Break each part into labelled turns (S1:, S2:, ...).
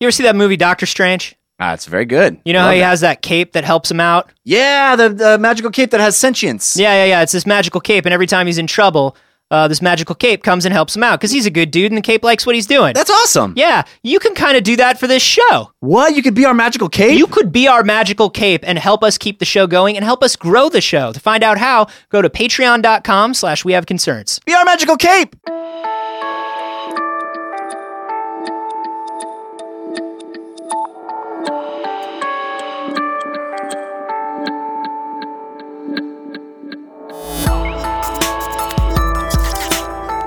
S1: You ever see that movie Doctor Strange?
S2: Ah, it's very good.
S1: You know
S2: Love
S1: how he
S2: that.
S1: has that cape that helps him out?
S2: Yeah, the, the magical cape that has sentience.
S1: Yeah, yeah, yeah. It's this magical cape, and every time he's in trouble, uh, this magical cape comes and helps him out because he's a good dude, and the cape likes what he's doing.
S2: That's awesome.
S1: yeah, you can kind of do that for this show.
S2: What? You could be our magical cape?
S1: You could be our magical cape and help us keep the show going and help us grow the show. To find out how, go to patreon.com slash we have concerns.
S2: be our magical cape.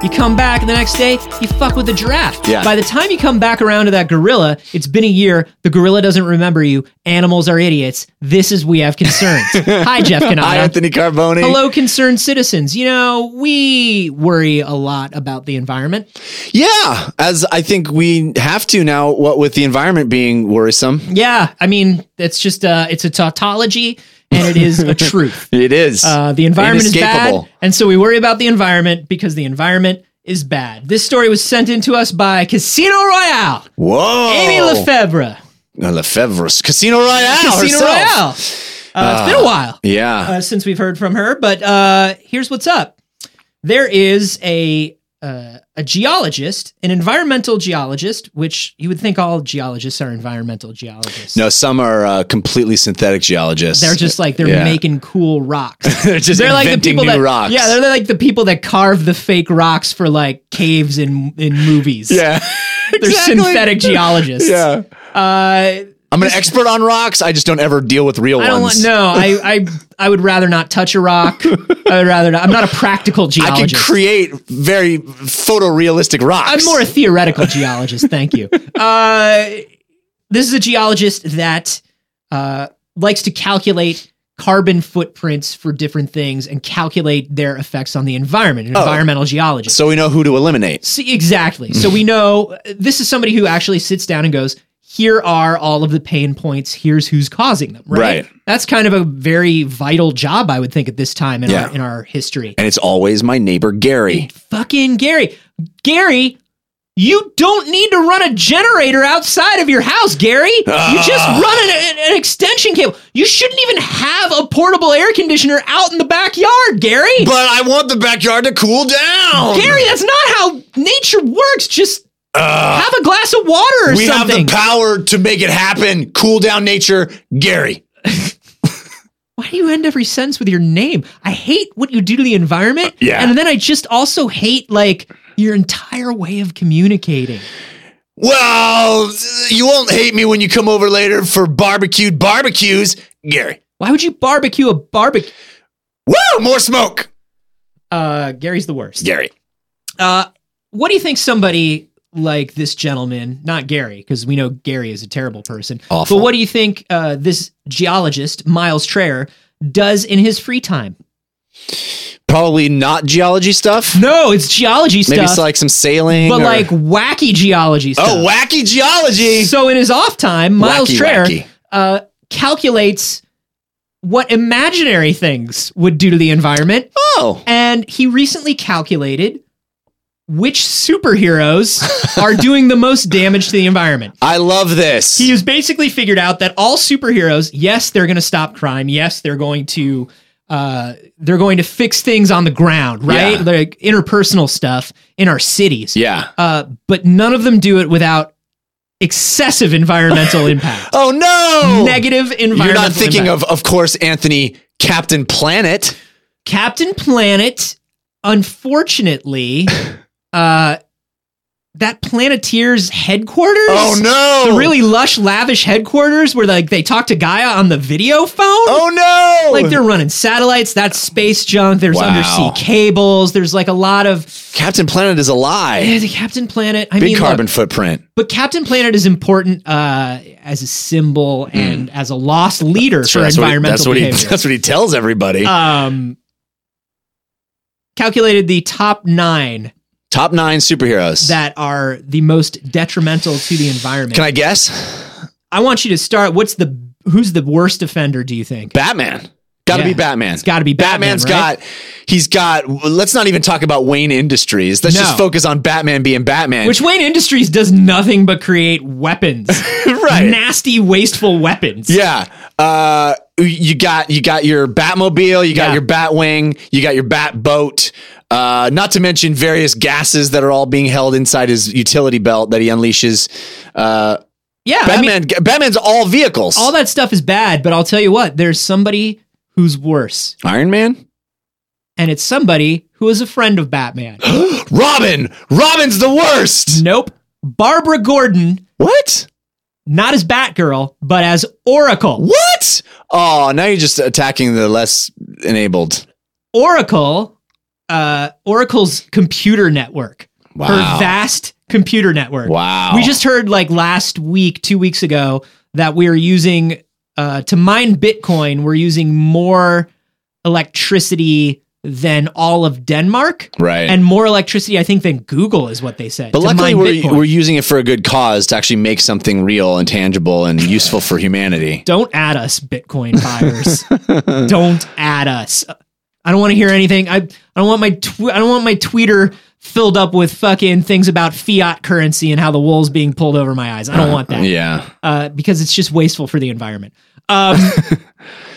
S1: You come back the next day, you fuck with the giraffe.
S2: Yeah.
S1: By the time you come back around to that gorilla, it's been a year. The gorilla doesn't remember you. Animals are idiots. This is We Have Concerns. Hi, Jeff Canada.
S2: Hi, Anthony Carboni.
S1: Hello, concerned citizens. You know, we worry a lot about the environment.
S2: Yeah, as I think we have to now, what with the environment being worrisome.
S1: Yeah, I mean, it's just uh, it's a tautology, and it is a truth.
S2: It is.
S1: Uh, the environment is bad,
S2: Inescapable.
S1: and so we worry about the environment because the environment is bad. This story was sent in to us by Casino Royale,
S2: Whoa.
S1: Amy Lefebvre,
S2: Uh, Lefebvre's Casino Royale.
S1: Casino
S2: herself.
S1: Royale. Uh, it's been a while.
S2: Yeah.
S1: uh, since we've heard from her. But uh, here's what's up: there is a uh, a geologist, an environmental geologist, which you would think all geologists are environmental geologists.
S2: no, some are uh, completely synthetic geologists.
S1: They're just like they're
S2: Yeah.
S1: making cool rocks.
S2: they're just
S1: they're like the
S2: inventing
S1: people
S2: new
S1: that
S2: rocks.
S1: yeah, they're like the people that carve the fake rocks for like caves in in movies.
S2: yeah.
S1: they're
S2: exactly.
S1: synthetic geologists.
S2: Yeah.
S1: Uh,
S2: I'm an expert on rocks. I just don't ever deal with real
S1: I don't want
S2: ones.
S1: no. I, I I would rather not touch a rock. I would rather not. I'm not a practical
S2: I can
S1: geologist.
S2: create very photorealistic rocks.
S1: I'm more a theoretical geologist. Thank you. Uh, this is a geologist that uh, likes to calculate carbon footprints for different things and calculate their effects on the environment.
S2: Oh.
S1: An environmental geologist.
S2: so we know who to eliminate.
S1: See, exactly. So we know this is somebody who actually sits down and goes, "Here are all of the pain points. Here's who's causing them." Right.
S2: Right.
S1: That's kind of a very vital job, I would think, at this time in
S2: Yeah.
S1: our in our history.
S2: And it's always my neighbor Gary.
S1: Fucking Gary. Gary, you don't need to run a generator outside of your house, Gary. You just run an, an- an extension cable. You shouldn't even have a portable air conditioner out in the backyard, Gary.
S2: But I want the backyard to cool down.
S1: Gary, that's not how nature works. Just
S2: Ugh.
S1: have a glass of water or
S2: Uh, we
S1: something.
S2: have the power to make it happen. Cool down nature, Gary.
S1: Why do you end every sentence with your name? I hate what you do to the environment.
S2: Uh, yeah.
S1: And then I just also hate like your entire way of communicating.
S2: Well, you won't hate me when you come over later for barbecued barbecues, Gary.
S1: Why would you barbecue a barbecue?
S2: Woo, more smoke,
S1: Uh, Gary's the worst.
S2: Gary.
S1: Uh, what do you think somebody like this gentleman, not Gary, because we know Gary is a terrible person.
S2: Awful.
S1: But what do you think uh, this geologist, Miles Traer, does in his free time?
S2: Probably not geology stuff.
S1: No, it's geology
S2: Maybe
S1: stuff.
S2: it's like some sailing.
S1: but
S2: or-
S1: like wacky geology stuff.
S2: oh, wacky geology.
S1: So in his off time, Miles
S2: Wacky,
S1: Traer
S2: wacky.
S1: Uh, calculates what imaginary things would do to the environment.
S2: Oh,
S1: and he recently calculated which superheroes are doing the most damage to the environment.
S2: I love this.
S1: He has basically figured out that all superheroes, yes, they're going to stop crime. Yes, they're going to uh, they're going to fix things on the ground, right?
S2: Yeah.
S1: Like interpersonal stuff in our cities.
S2: yeah.
S1: Uh, but none of them do it without excessive environmental impact.
S2: Oh no.
S1: Negative environmental.
S2: You're not thinking
S1: impact.
S2: of, of course, Anthony Captain Planet.
S1: Captain Planet, unfortunately, uh, that Planeteer's headquarters.
S2: Oh no.
S1: The really lush, lavish headquarters where like they talk to Gaia on the video phone.
S2: Oh no.
S1: Like they're running satellites. That's space junk. There's
S2: Wow.
S1: undersea cables. There's like a lot of
S2: Captain Planet is a lie.
S1: Eh, the Captain Planet. I
S2: Big
S1: mean, look,
S2: carbon footprint.
S1: but Captain Planet is important uh, as a symbol and as a lost leader for
S2: Hmm. That's what he-
S1: environmental
S2: that's what, he,
S1: behavior.
S2: that's what he tells everybody.
S1: um, calculated the top nine
S2: Top nine superheroes.
S1: that are the most detrimental to the environment.
S2: Can I guess?
S1: I want you to start. What's the who's the worst offender? Do you think
S2: Batman. Got to
S1: Yeah.
S2: be Batman.
S1: It's gotta be Batman,
S2: Batman's
S1: right?
S2: got. He's got. Let's not even talk about Wayne Industries. Let's
S1: No.
S2: just focus on Batman being Batman.
S1: Which Wayne Industries does nothing but create weapons,
S2: right?
S1: nasty, wasteful weapons.
S2: Yeah. Uh, you got you got your Batmobile, you got
S1: Yeah.
S2: your Batwing, you got your Batboat. Uh, not to mention various gases that are all being held inside his utility belt that he unleashes. Uh,
S1: yeah. I mean,
S2: Batman, Batman's all vehicles.
S1: all that stuff is bad, but I'll tell you what, there's somebody who's worse,
S2: Iron Man,
S1: and it's somebody who is a friend of Batman.
S2: Robin. Robin's the worst.
S1: nope. Barbara Gordon,
S2: What?
S1: not as Batgirl, but as Oracle.
S2: What? Oh, now you're just attacking the less enabled.
S1: Oracle, uh, Oracle's computer network,
S2: Wow.
S1: her vast computer network.
S2: wow.
S1: We just heard like last week, two weeks ago, that we are using uh, to mine Bitcoin. We're using more electricity than all of Denmark,
S2: right.
S1: and more electricity, I think, than Google is what they said.
S2: But
S1: to
S2: luckily,
S1: mine
S2: we're,
S1: Bitcoin.
S2: we're using it for a good cause to actually make something real and tangible and useful for humanity.
S1: don't add us, Bitcoin buyers. don't add us. I don't want to hear anything. I I don't want my tw- I don't want my tweeter filled up with fucking things about fiat currency and how the wool's being pulled over my eyes. I don't want that.
S2: Yeah.
S1: uh, because it's just wasteful for the environment. Um,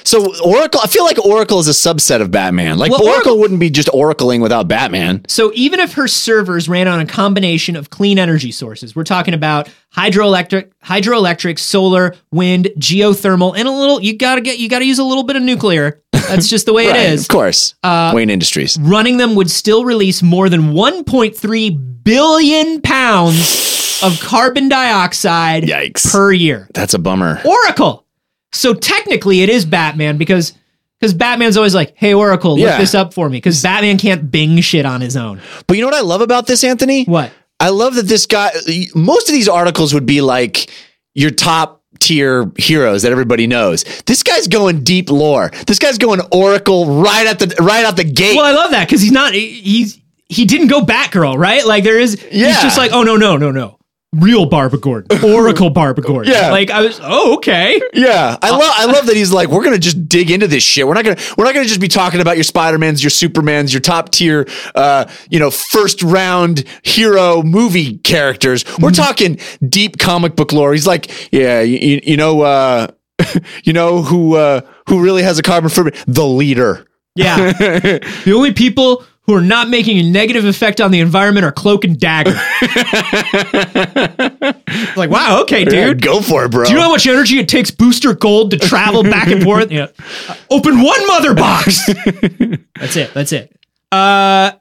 S2: So Oracle, I feel like Oracle is a subset of Batman. Like
S1: Well,
S2: Oracle,
S1: Oracle-
S2: wouldn't be just oracling without Batman.
S1: so even if her servers ran on a combination of clean energy sources, we're talking about hydroelectric, hydroelectric, solar, wind, geothermal, and a little. You gotta get you gotta use a little bit of nuclear. That's just the way
S2: Right,
S1: it is. Uh,
S2: Of course. Wayne Industries.
S1: Running them would still release more than 1.3 billion pounds of carbon dioxide
S2: Yikes.
S1: per year.
S2: That's a bummer.
S1: Oracle. So technically, it is Batman because because Batman's always like, "Hey Oracle, look
S2: Yeah.
S1: this up for me," because Batman can't Bing shit on his own.
S2: But you know what I love about this, Anthony?
S1: What?
S2: I love that this guy, most of these articles would be like your top tier heroes that everybody knows. This guy's going deep lore. This guy's going Oracle right at the, right out the gate.
S1: Well, I love that because he's not he- he's he didn't go Batgirl, right? Like there is, he's
S2: Yeah.
S1: just like, "Oh no, no, no, no." Real Barbara Gordon, Oracle Barbara Gordon.
S2: Yeah.
S1: Like I was, oh okay.
S2: Yeah, I love I love that he's like we're gonna just dig into this shit. We're not gonna we're not gonna just be talking about your Spider Mans, your Supermans, your top tier, uh, you know, first round hero movie characters. We're talking deep comic book lore. He's like, yeah, you, you know, uh, you know who uh, who really has a carbon footprint? The leader.
S1: Yeah. the only people who are not making a negative effect on the environment are Cloak and Dagger. like, wow, okay, dude.
S2: Yeah, go for it, bro.
S1: Do you know how much energy it takes Booster Gold to travel back and forth? Yeah. Uh, Open one mother box. that's it. That's it. Uh,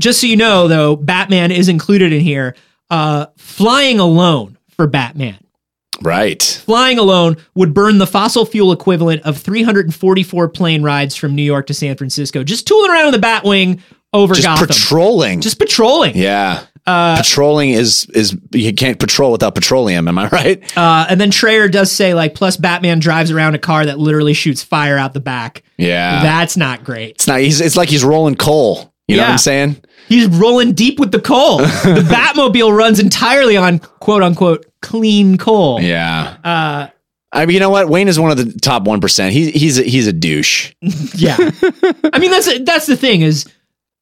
S1: just so you know, though, Batman is included in here. Uh, flying alone for Batman.
S2: right.
S1: Flying alone would burn the fossil fuel equivalent of 344 plane rides from New York to San Francisco, just tooling around in the Batwing over
S2: Just uh,
S1: Gotham,
S2: patrolling.
S1: just patrolling.
S2: yeah. patrolling is is you can't patrol without petroleum. Am I right?
S1: Uh, and then Treyer does say, like, plus Batman drives around a car that literally shoots fire out the back.
S2: yeah.
S1: That's not great.
S2: It's not. He's. It's like he's rolling coal. You know what
S1: Yeah.
S2: I'm saying?
S1: He's rolling deep with the coal. The Batmobile runs entirely on quote unquote clean coal.
S2: Yeah.
S1: Uh,
S2: I mean, you know what? Wayne is one of the top one percent. He's he's a, he's a douche.
S1: yeah. I mean, that's that's the thing is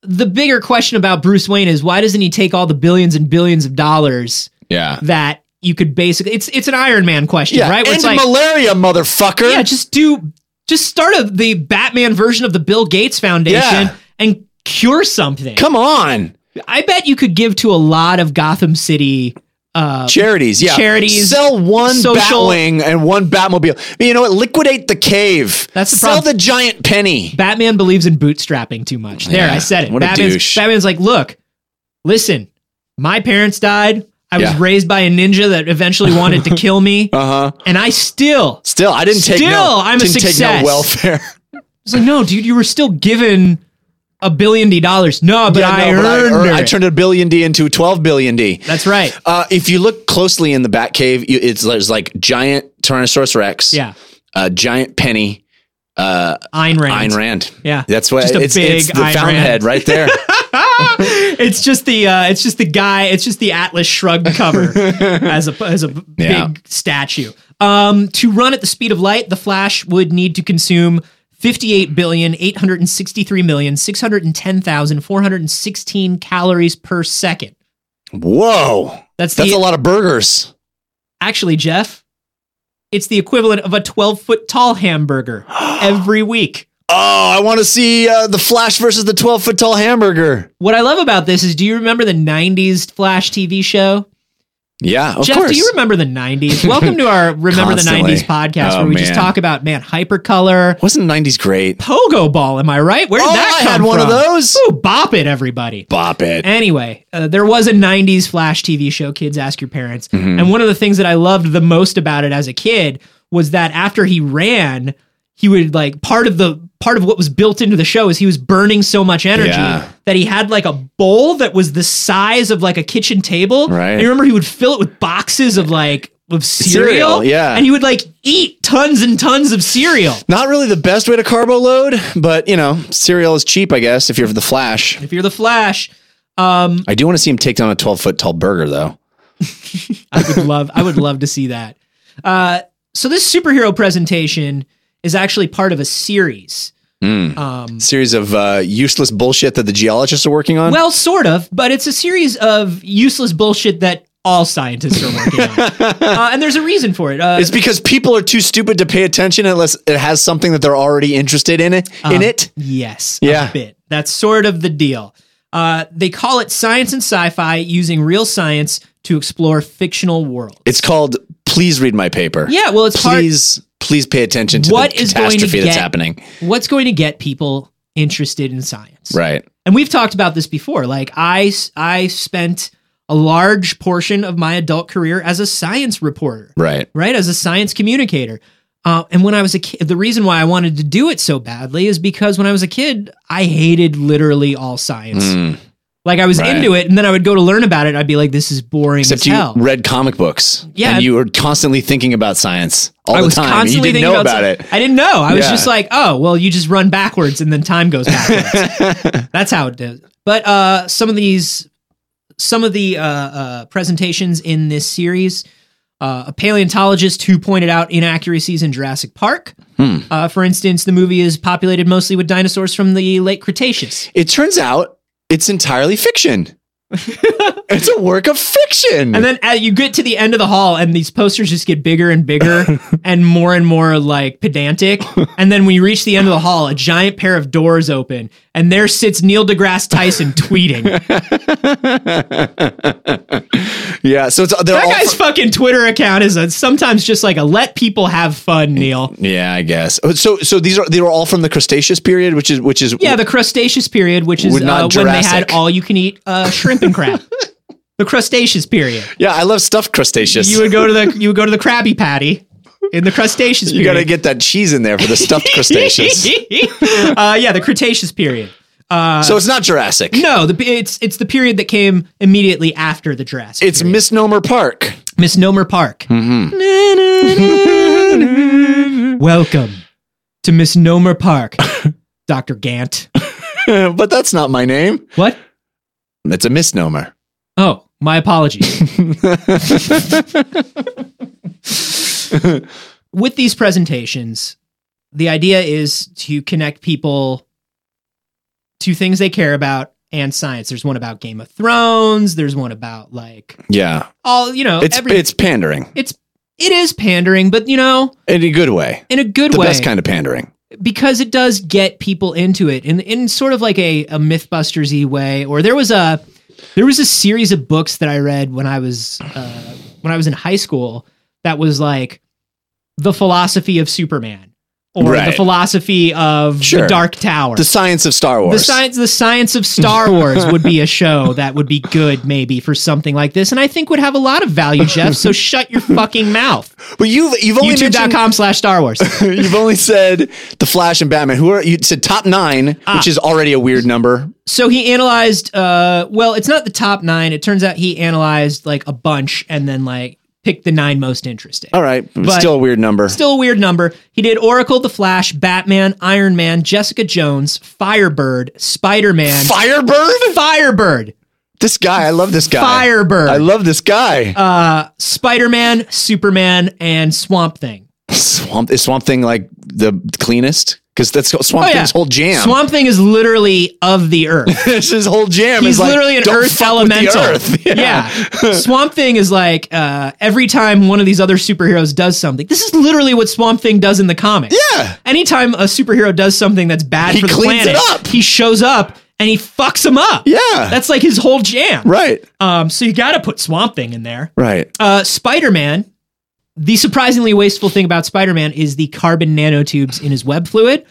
S1: the bigger question about Bruce Wayne is why doesn't he take all the billions and billions of dollars
S2: Yeah.
S1: that you could basically it's it's an Iron Man question,
S2: Yeah.
S1: right? Where it's
S2: End
S1: like,
S2: malaria, motherfucker.
S1: yeah, just do just start a, the Batman version of the Bill Gates Foundation
S2: Yeah.
S1: and cure something.
S2: Come on.
S1: I bet you could give to a lot of Gotham City. Uh,
S2: Charities. Yeah.
S1: Charities,
S2: Sell one
S1: social-
S2: Batwing and one Batmobile. I mean, you know what? Liquidate the cave.
S1: That's the
S2: Sell
S1: problem.
S2: the giant penny.
S1: Batman believes in bootstrapping too much. There,
S2: Yeah,
S1: I said it.
S2: what a
S1: Batman's,
S2: douche.
S1: Batman's like, look, listen, my parents died. I was
S2: Yeah.
S1: raised by a ninja that eventually wanted to kill me,
S2: Uh huh.
S1: and I still.
S2: Still, I didn't take.
S1: Still,
S2: no,
S1: I'm a
S2: didn't Take
S1: success.
S2: no welfare.
S1: It's like, no, dude, you were still given a billion D dollars. No, but
S2: Yeah,
S1: I
S2: no, but
S1: earned
S2: earned- I
S1: it.
S2: turned a billion D into twelve billion D.
S1: That's right.
S2: Uh, if you look closely in the Batcave, you, it's there's like giant Tyrannosaurus Rex,
S1: Yeah,
S2: a giant penny, uh,
S1: Ayn Rand.
S2: Ayn Rand.
S1: Yeah.
S2: That's what
S1: Just a
S2: it's, it's
S1: big
S2: the
S1: Ayn Rand.
S2: fountainhead right there.
S1: It's just the uh, it's just the guy. It's just the Atlas Shrugged cover as a as a b-
S2: Yeah.
S1: big statue. Um, to run at the speed of light, the Flash would need to consume 58 billion 863 million 610,416 calories per second.
S2: Whoa.
S1: That's the
S2: That's a lot of burgers.
S1: actually Jeff, it's the equivalent of a 12 foot tall hamburger every week.
S2: Oh, I want to see uh, the Flash versus the 12 foot tall hamburger.
S1: What I love about this is do you remember the 90s Flash TV show?
S2: Yeah, of
S1: Jeff,
S2: course.
S1: do you remember the 90s? Welcome to our Remember
S2: Constantly.
S1: the 90s podcast
S2: Oh,
S1: where we just
S2: man.
S1: talk about, man, hypercolor,
S2: Wasn't the 90s great?
S1: pogo ball, am I right? Where did
S2: Oh,
S1: that
S2: I
S1: come
S2: had one of
S1: from?
S2: those.
S1: Ooh, bop it, everybody.
S2: Bop it.
S1: Anyway, uh, there was a 90s Flash TV show, Kids Ask Your Parents.
S2: Mm-hmm.
S1: And one of the things that I loved the most about it as a kid was that after he ran, he would like part of the part of what was built into the show is he was burning so much energy
S2: Yeah.
S1: that he had like a bowl that was the size of like a kitchen table.
S2: Right.
S1: And you remember he would fill it with boxes of like of cereal,
S2: Cereal, yeah.
S1: And he would like eat tons and tons of cereal.
S2: Not really the best way to carbo load, but you know, cereal is cheap, I guess, if you're for the Flash.
S1: If you're the Flash, um,
S2: I do want to see him take down a 12 foot tall burger, though.
S1: I would love I would love to see that. Uh, so this superhero presentation is actually part of a series. Um,
S2: Series of uh, useless bullshit that the geologists are working on.
S1: well, sort of, but it's a series of useless bullshit that all scientists are working on, uh, and there's a reason for it. Uh,
S2: it's because people are too stupid to pay attention unless it has something that they're already interested in it.
S1: Uh-huh.
S2: in it.
S1: yes,
S2: Yeah.
S1: a bit. That's sort of the deal. Uh, they call it science and sci-fi, using real science to explore fictional worlds.
S2: It's called "Please Read My Paper."
S1: yeah, well, it's part
S2: please, please pay attention to
S1: What
S2: the
S1: is going to
S2: catastrophe that's
S1: get-
S2: happening.
S1: what's going to get people interested in science,
S2: Right.
S1: and we've talked about this before like i i spent a large portion of my adult career as a science reporter
S2: Right.
S1: right as a science communicator uh, and when i was a kid the reason why i wanted to do it so badly is because when i was a kid i hated literally all science
S2: Mm.
S1: like i was
S2: Right.
S1: into it and then i would go to learn about it and i'd be like this is boring
S2: Except
S1: as
S2: you
S1: hell
S2: read comic books.
S1: Yeah.
S2: And you were constantly thinking about science all
S1: I
S2: the
S1: was
S2: time. and you
S1: constantly
S2: didn't
S1: thinking
S2: know about, it.
S1: I didn't know. I was
S2: Yeah.
S1: just like, oh, well, you just run backwards and then time goes backwards. That's how it does. But uh, some of these, some of the uh, uh, presentations in this series, uh, a paleontologist who pointed out inaccuracies in Jurassic Park.
S2: Hmm.
S1: Uh, for instance, the movie is populated mostly with dinosaurs from the late Cretaceous.
S2: It turns out it's entirely fiction. it's a work of fiction.
S1: And then uh, you get to the end of the hall, and these posters just get bigger and bigger and more and more like pedantic. And then when you reach the end of the hall, a giant pair of doors open, and there sits Neil deGrasse Tyson tweeting. That
S2: yeah. So it's they're all
S1: guy's
S2: fr-
S1: fucking Twitter account is a, sometimes just like a let people have fun, Neil.
S2: yeah, I guess. Oh, So so these are they were all from the Cretaceous period, which is which is
S1: Yeah, the Crustaceous period, which is
S2: Would not
S1: uh, when they had
S2: Jurassic.
S1: all you can eat uh, shrimp and crab. the Crustaceous period.
S2: Yeah, I love stuffed crustaceous.
S1: You would go to the you would go to the Krabby Patty in the Crustaceous
S2: You
S1: period.
S2: got to get that cheese in there for the stuffed crustaceous.
S1: uh, yeah, the Cretaceous period.
S2: so it's not Jurassic.
S1: Uh, No, the it's it's the period that came immediately after the Jurassic.
S2: It's Hmm. Misnomer Park.
S1: Misnomer Park. Welcome to Misnomer Park, Doctor Gant.
S2: but that's not my name.
S1: What?
S2: It's a misnomer.
S1: Oh, my apologies. With these presentations, the idea is to connect people to things they care about and science. There's one about Game of Thrones. There's one about like
S2: Yeah.
S1: all you know.
S2: It's
S1: every,
S2: it's pandering
S1: it's it is pandering, but you know,
S2: in a good way.
S1: in a good
S2: The
S1: way,
S2: best kind of pandering.
S1: because it does get people into it in in sort of like a a MythBusters y way. Or there was a there was a series of books that I read when I was uh, when I was in high school that was like the philosophy of Superman or the
S2: Right.
S1: philosophy of the
S2: Sure.
S1: Dark Tower.
S2: The science of Star
S1: the
S2: Wars.
S1: science, the science of Star Wars would be a show that would be good, maybe for something like this, and I think would have a lot of value, Jeff. So shut your fucking mouth.
S2: But you've you've only mentioned,
S1: youtube.com slash star wars
S2: you've only said the Flash and Batman. Who are you said top nine,
S1: Ah.
S2: which is already a weird number.
S1: so he analyzed uh well it's not the top nine it turns out he analyzed like a bunch and then like picked the nine most interesting
S2: All right, still a weird number.
S1: still a weird number he did oracle the flash batman iron man jessica jones firebird spider-man
S2: Firebird.
S1: firebird
S2: This guy, I love this guy.
S1: Firebird.
S2: I love this guy.
S1: uh spider-man superman and swamp thing
S2: Swamp is Swamp Thing like the cleanest because that's Swamp
S1: Oh, yeah.
S2: Thing's whole jam.
S1: Swamp Thing is literally of the earth.
S2: That's his whole jam.
S1: He's
S2: is like,
S1: literally an
S2: "Don't
S1: earth
S2: fuck with the
S1: elemental.
S2: earth."
S1: Yeah. Swamp Thing is like uh, every time one of these other superheroes does something. This is literally what Swamp Thing does in the comics.
S2: Yeah.
S1: Anytime a superhero does something that's bad
S2: He
S1: for the
S2: cleans
S1: planet,
S2: it up.
S1: he shows up and he fucks him up.
S2: Yeah.
S1: That's like his whole jam.
S2: Right.
S1: Um, so you got to put Swamp Thing in there.
S2: Right.
S1: Uh, Spider Man. The surprisingly wasteful thing about Spider Man is the carbon nanotubes in his web fluid.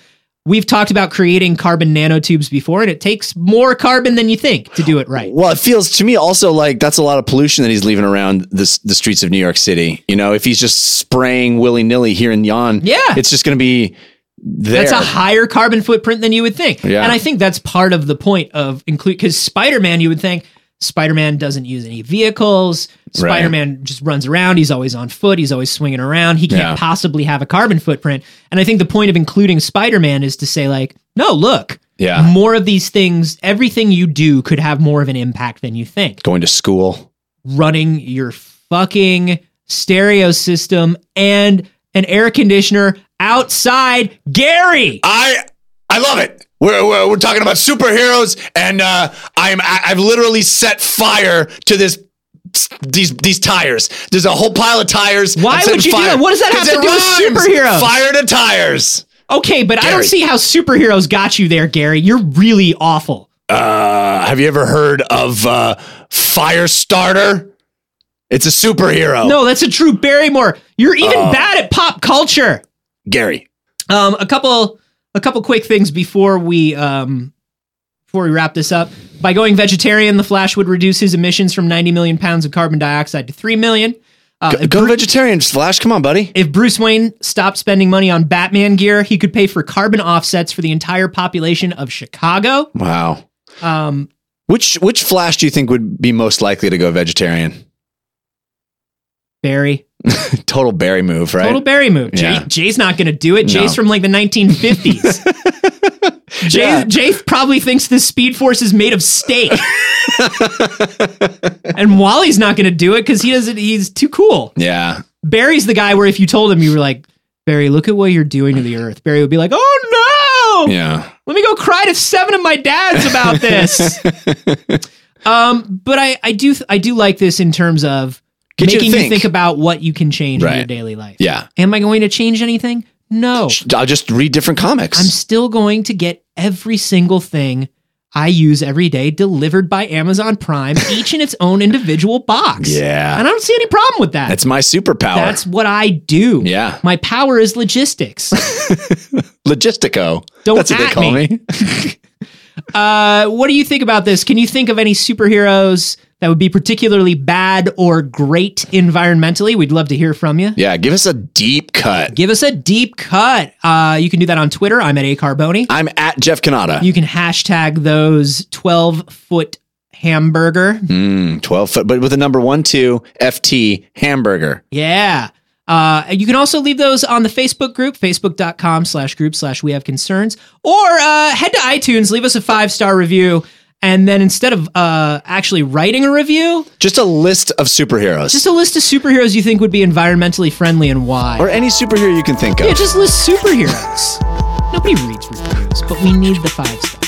S1: We've talked about creating carbon nanotubes before, and it takes more carbon than you think to do it right.
S2: Well, it feels to me also like that's a lot of pollution that he's leaving around this, the streets of New York City. You know, if he's just spraying willy nilly here and yon,
S1: Yeah.
S2: it's just going to be there.
S1: That's a higher carbon footprint than you would think.
S2: Yeah.
S1: And I think that's part of the point of include because Spider Man, you would think Spider Man doesn't use any vehicles.
S2: Right.
S1: Spider Man just runs around. He's always on foot. He's always swinging around. He can't
S2: Yeah.
S1: possibly have a carbon footprint. And I think the point of including Spider Man is to say, like, no, look,
S2: Yeah.
S1: more of these things, everything you do could have more of an impact than you think.
S2: Going to school.
S1: Running your fucking stereo system and an air conditioner outside, Gary.
S2: I I love it. We're, we're, we're talking about superheroes, and uh, I'm I, I've literally set fire to this these these tires. There's a whole pile of tires.
S1: Why
S2: I'm setting
S1: would you do that? What does that
S2: 'Cause
S1: have to
S2: it
S1: do with
S2: rhymes.
S1: superheroes?
S2: Fire to tires.
S1: Okay, but I
S2: Gary.
S1: don't see how superheroes got you there, Gary. You're really awful.
S2: Uh, have you ever heard of uh, Firestarter? It's a superhero.
S1: No, that's a true Barrymore. You're even
S2: Oh.
S1: bad at pop culture.
S2: Gary.
S1: Um, a couple, a couple quick things before we, um, before we wrap this up. By going vegetarian, the Flash would reduce his emissions from 90 million pounds of carbon dioxide to 3 million. Uh, if,
S2: Go vegetarian, Flash. Come on, buddy.
S1: if Bruce Wayne stopped spending money on Batman gear, he could pay for carbon offsets for the entire population of Chicago.
S2: Wow.
S1: Um,
S2: Which which Flash do you think would be most likely to go vegetarian?
S1: Barry,
S2: Total Barry move, right?
S1: Total Barry move. Jay,
S2: Yeah.
S1: Jay's not going to do it. Jay's
S2: No.
S1: from like the 1950s. Jay,
S2: Yeah.
S1: Jay probably thinks this Speed Force is made of steak. and Wally's not going to do it because he doesn't. He's too cool.
S2: yeah.
S1: Barry's the guy where if you told him, you were like, Barry, look at what you're doing to the Earth. Barry would be like, Oh no!
S2: Yeah.
S1: Let me go cry to seven of my dads about this. um, but I, I do I do like this in terms of
S2: Get you to
S1: making you
S2: think.
S1: think about what you can change in your
S2: Right.
S1: daily life.
S2: Yeah.
S1: Am I going to change anything? No.
S2: I'll just read different comics.
S1: I'm still going to get every single thing I use every day delivered by Amazon Prime, each in its own individual box.
S2: Yeah.
S1: And I don't see any problem with that.
S2: That's my superpower.
S1: That's what I do.
S2: Yeah.
S1: My power is logistics.
S2: Logistico.
S1: Don't
S2: That's what they
S1: at
S2: call me.
S1: me. uh, what do you think about this? Can you think of any superheroes that would be particularly bad or great environmentally? We'd love to hear from you.
S2: Yeah. Give us a deep cut.
S1: Give us a deep cut. Uh, you can do that on Twitter. I'm at A Carboni.
S2: I'm at Jeff Canada.
S1: You can hashtag those 12 foot hamburger.
S2: Mm, 12 foot, but with a number one, two, FT hamburger.
S1: Yeah. Uh, you can also leave those on the Facebook group, facebook.com slash group slash we have concerns, or uh, head to iTunes, leave us a five star review. And then instead of uh, actually writing a review,
S2: Just a list of superheroes
S1: just a list of superheroes you think would be environmentally friendly and why.
S2: or any superhero you can think of.
S1: yeah, just list superheroes. Nobody reads reviews, but we need the five stars.